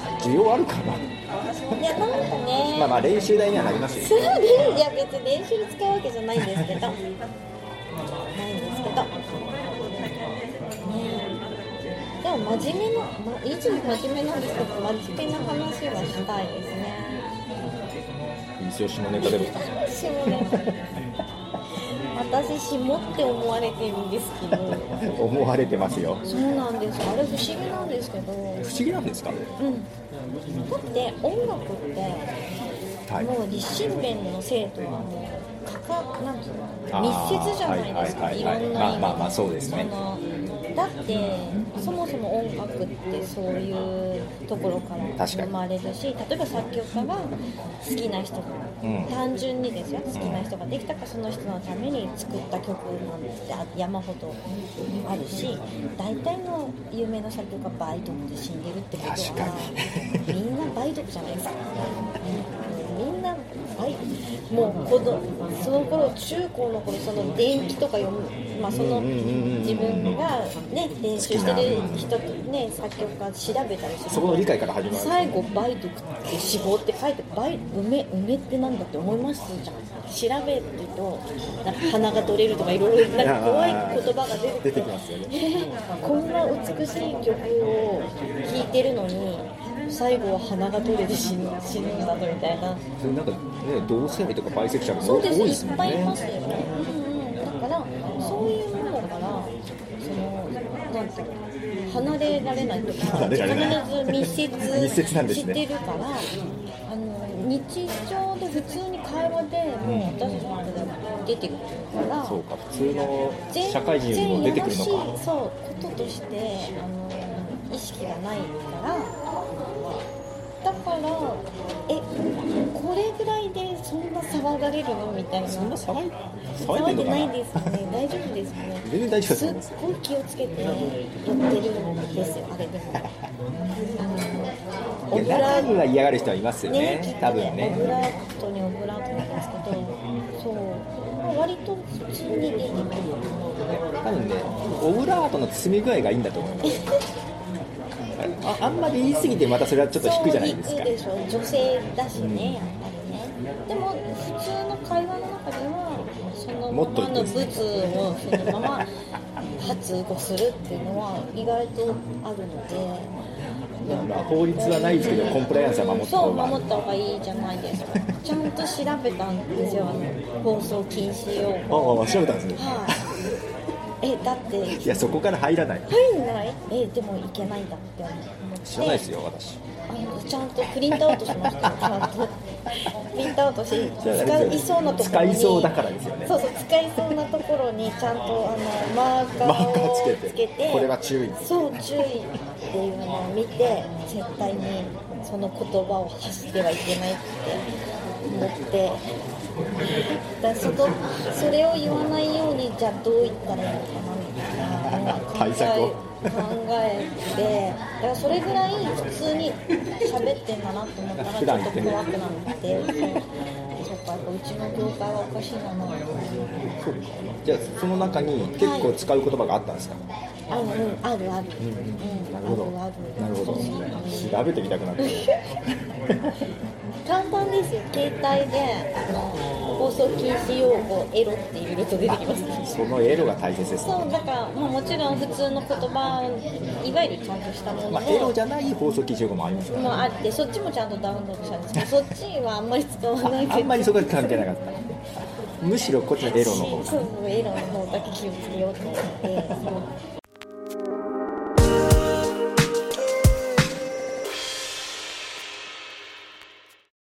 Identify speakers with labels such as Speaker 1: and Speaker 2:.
Speaker 1: いやなんかね、
Speaker 2: かな、まあまあ練習台にはなります
Speaker 1: そ
Speaker 2: よ
Speaker 1: うですいや別に練習に使うわけじゃないんですけどないんですけど、ねえ、でも真面目な、ま、いつも真面目なんですけど真面目な話はしたいですね
Speaker 2: いいですよ下ネタでも
Speaker 1: 下ネタ私下って思われてるんですけど
Speaker 2: 思われてますよ
Speaker 1: そうなんですあれ不思議なんですけど
Speaker 2: 不思議なんですか
Speaker 1: うんだって音楽って
Speaker 2: はい
Speaker 1: もう立身弁の生徒はもうかかなんつう
Speaker 2: あ
Speaker 1: の
Speaker 2: ー
Speaker 1: 密接じゃないですか、
Speaker 2: はいいはいはい
Speaker 1: ろんな意味で、
Speaker 2: まあまあまあそうですね
Speaker 1: のだってそもそも音楽ってそういうところから
Speaker 2: 確か
Speaker 1: 生
Speaker 2: に
Speaker 1: まれるし例えば作曲家が好きな人が、
Speaker 2: うん
Speaker 1: 単純にですよ好きな人ができたからその人のために作った曲なんて山ほどあるし大体の有名な作曲家バイトクで死んでるってこと
Speaker 2: 確
Speaker 1: はみんなバイトクじゃないですか。みんな、はい、もう子供その頃中高の頃その電気とか読む、まあ、その
Speaker 2: うんうんうんうん
Speaker 1: 自分が、ね、練習してる人と、ね、作曲家調べたりする
Speaker 2: そこの理解から始まる
Speaker 1: 最後「梅毒って死亡」って書いて「梅梅梅ってなんだ?」って思いますじゃん調べるとなんか鼻が取れるとかいろいろなんか怖い言葉が出て
Speaker 2: 出
Speaker 1: く
Speaker 2: て
Speaker 1: る
Speaker 2: きますよね
Speaker 1: こんな美しい曲を聴いてるのに最後は鼻が取れて死ぬ死ぬんだみたいな
Speaker 2: それなんかね同性愛とかバイセクシャル
Speaker 1: そ
Speaker 2: も
Speaker 1: う
Speaker 2: 多
Speaker 1: で
Speaker 2: い
Speaker 1: すい
Speaker 2: ですも
Speaker 1: っ
Speaker 2: ん
Speaker 1: ぱいいます
Speaker 2: ね
Speaker 1: よ、うんうん、だからそういうものからそのなんていうの離れられないとか
Speaker 2: 離れられない
Speaker 1: 必ず密接
Speaker 2: 密接なんですね
Speaker 1: してるからあの日常で普通に会話でもう私の中でも出てくるから、
Speaker 2: そうか普通の社会人よりも出てくる
Speaker 1: 全
Speaker 2: の
Speaker 1: 然
Speaker 2: か
Speaker 1: やらしいそうこととしてあの意識がないからだからえこれぐらいでそんな騒がれるのみたいな
Speaker 2: そんな騒い
Speaker 1: 騒
Speaker 2: 騒い
Speaker 1: いで
Speaker 2: でんのか
Speaker 1: ない
Speaker 2: な
Speaker 1: ですよね大丈夫ですかね
Speaker 2: 全然大丈夫だと
Speaker 1: すっ
Speaker 2: 思います
Speaker 1: ごい気をつけてやってるんですよあれでもあのオ
Speaker 2: い
Speaker 1: ブ
Speaker 2: や
Speaker 1: ラ
Speaker 2: 中
Speaker 1: ー
Speaker 2: には嫌がる人はいますよね
Speaker 1: きっと
Speaker 2: 多分
Speaker 1: オブ
Speaker 2: ね
Speaker 1: ラートにオブラートなんですけどそう、まあ、割と普通に出てくる
Speaker 2: 多分ねオブラートの包み具合がいいんだと思いますああんまり言い過ぎてまたそれはちょっと低いじゃないです
Speaker 1: そう
Speaker 2: か
Speaker 1: 低いでしょ女性だしねやっぱりねでも普通の会話の中ではそのま
Speaker 2: もっと
Speaker 1: ま
Speaker 2: 言っ
Speaker 1: の
Speaker 2: て
Speaker 1: ブツをそのまま発語するっていうのは意外とあるので
Speaker 2: まあ、法律はないですけどコンプライアンスは守った
Speaker 1: そう
Speaker 2: 方が
Speaker 1: 守った方がいいじゃないですかちゃんと調べたんですよあの放送禁止用語
Speaker 2: ああ調べたんですね
Speaker 1: はい、えだって
Speaker 2: いやそこから入らない
Speaker 1: 入んないえでもいけないんだって思って
Speaker 2: 知らないですよ私
Speaker 1: あのちゃんとプリントアウトしましたちゃんとプリントアウトし使いそうなところに
Speaker 2: 使いそうだからですよね
Speaker 1: そうそう使いそうなところにちゃんとあのマーカ
Speaker 2: マ
Speaker 1: ー
Speaker 2: ーカ
Speaker 1: を
Speaker 2: ーつけて
Speaker 1: つけて
Speaker 2: これは注意
Speaker 1: そう注意っていうのを見て絶対にその言葉を発してはいけないって思ってだからそのそれを言わないようにじゃあどう言ったらいいのかなみたいなのを考え
Speaker 2: 対策を
Speaker 1: 考えてだからそれぐらい普通に喋ってんだなと思ったら
Speaker 2: 普
Speaker 1: ちょ
Speaker 2: 段
Speaker 1: っ
Speaker 2: 言
Speaker 1: と
Speaker 2: ってね
Speaker 1: 怖くなってそうそうかやっぱうちの業界はおかしいなな
Speaker 2: じゃあその中に結構使う言葉があったんですか、
Speaker 1: あるうんあるある、うん
Speaker 2: なるほど
Speaker 1: あるある
Speaker 2: なるほど調べてみたくなって
Speaker 1: 簡単ですよ携帯であの放送禁止用語エロって入れると出てきます
Speaker 2: そのエロが大切ですね
Speaker 1: そうだから、まあ、もちろん普通の言葉いわゆるちゃんとしたものを、
Speaker 2: まあ、エロじゃない放送基準語もありますから
Speaker 1: もあってそっちもちゃんとダウンロードしたんですけどそっちはあんまり使わないけど
Speaker 2: あんまりそこは関係なかったむしろこっちのエロの方
Speaker 1: そうエロの方だけ気をつけようと思ってそう